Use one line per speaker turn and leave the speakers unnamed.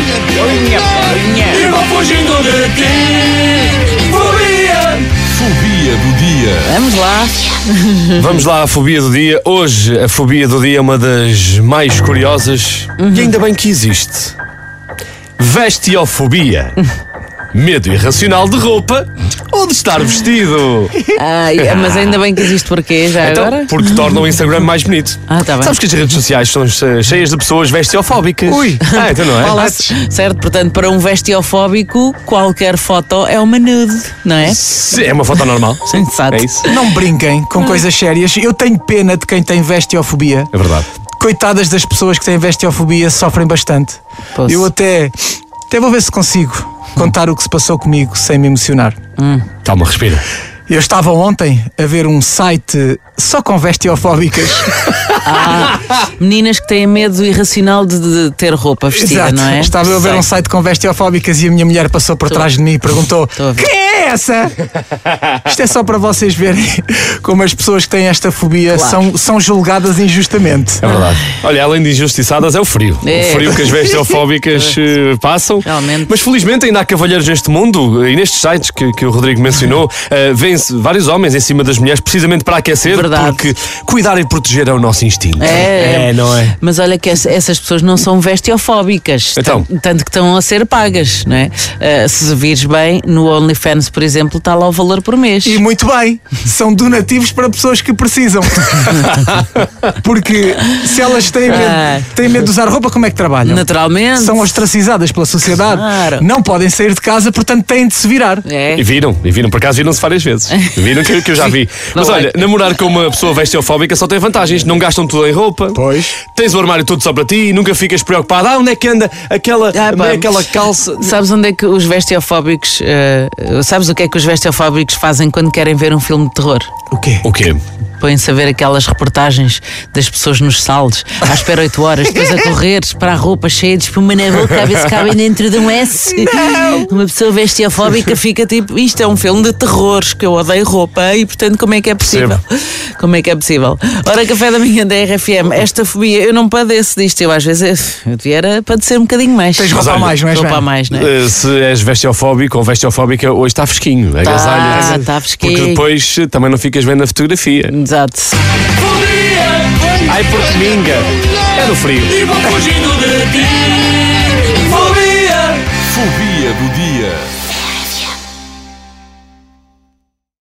bolinha, bolinha.
E vou fugindo de ti. Fobia.
Fobia do dia.
Vamos lá.
Vamos lá à fobia do dia. Hoje, a fobia do dia é uma das mais curiosas e ainda bem que existe. Vestiofobia. Medo irracional de roupa ou de estar vestido.
Ai, mas ainda bem que existe porquê, já
Então,
agora?
porque torna o Instagram mais bonito.
Ah, tá bem.
Sabes que as redes sociais são che- cheias de pessoas vestiofóbicas. Ui. Ah, então não é?
Fala-se- certo, portanto, para um vestiofóbico, qualquer foto é uma nude, não é?
Sim, É uma foto normal. Sim,
Exato.
É isso.
Não brinquem com coisas sérias. Eu tenho pena de quem tem vestiofobia.
É verdade.
Coitadas das pessoas que têm vestiofobia, sofrem bastante.
Posso.
Eu até, até vou ver se consigo contar o que se passou comigo sem me emocionar.
Calma, respira.
Eu estava ontem a ver um site só com vestiofóbicas.
Meninas que têm medo irracional de, de ter roupa vestida, não é?
Estava eu a ver
Sei.
um site com vestiofóbicas e a minha mulher passou por trás de mim e perguntou:
Estou a ver.
Quem é essa? Isto é só para vocês verem como as pessoas que têm esta fobia
Claro.
são, são julgadas injustamente.
É verdade. Olha, além de injustiçadas, é o frio.
É.
O frio que as vestiofóbicas eh, passam.
Realmente.
Mas felizmente ainda há cavalheiros neste mundo eh, e nestes sites que, que o Rodrigo mencionou, eh, vêm-se vários homens em cima das mulheres precisamente para aquecer,
Verdade.
porque cuidar e proteger é o nosso instinto.
É.
não é?
Mas olha que essa- essas pessoas não são vestiofóbicas.
Então?
Tan- Tanto que estão a ser pagas, não é? Ah, se vires bem, no OnlyFans, por exemplo, está lá o valor por mês.
E muito bem, são donativos para pessoas que precisam. Porque se elas têm
Ah.
medo, têm medo de usar roupa, como é que trabalham?
Naturalmente.
São ostracizadas pela sociedade,
Claro.
não podem sair de casa, portanto têm de se virar.
É.
E viram, e viram, por acaso viram-se várias vezes. Viram que, que eu já vi. Mas
Não é
olha,
like.
namorar com uma pessoa vestiofóbica só tem vantagens. Não gastam tudo em roupa.
Pois.
Tens o armário todo só para ti e nunca ficas preocupado. Ah, onde é que anda aquela,
Ah, pá.
meio aquela calça?
Sabes onde é que os vestiofóbicos. ah, sabes o que é que os vestiofóbicos fazem quando querem ver um filme de terror?
O quê?
O quê?
Põem-se a ver aquelas reportagens das pessoas nos saldos, à espera 8 horas, depois a correres para a roupa cheia de espuma na boca, a ver se cabem dentro de um S. Uma pessoa vestiofóbica fica tipo, isto é um filme de terrores, que eu odeio roupa e portanto como é que é possível? Como é que é possível? Ora, café da manhã da RFM, esta fobia, eu não padeço disto, eu às vezes, eu devia era padecer um bocadinho mais.
Tens roupa
olha,
a mais, não é?
Roupa
Joana?
a mais, não é?
Eh, Se és vestiofóbico ou vestiofóbica, hoje está fresquinho. agasalha-te.
tá
Porque
fresquinho.
depois eh, também não ficas bem na fotografia.
Exato.
Ai, porque minga. É do frio.
E vou fugindo de ti. Fobia.
Fobia do dia.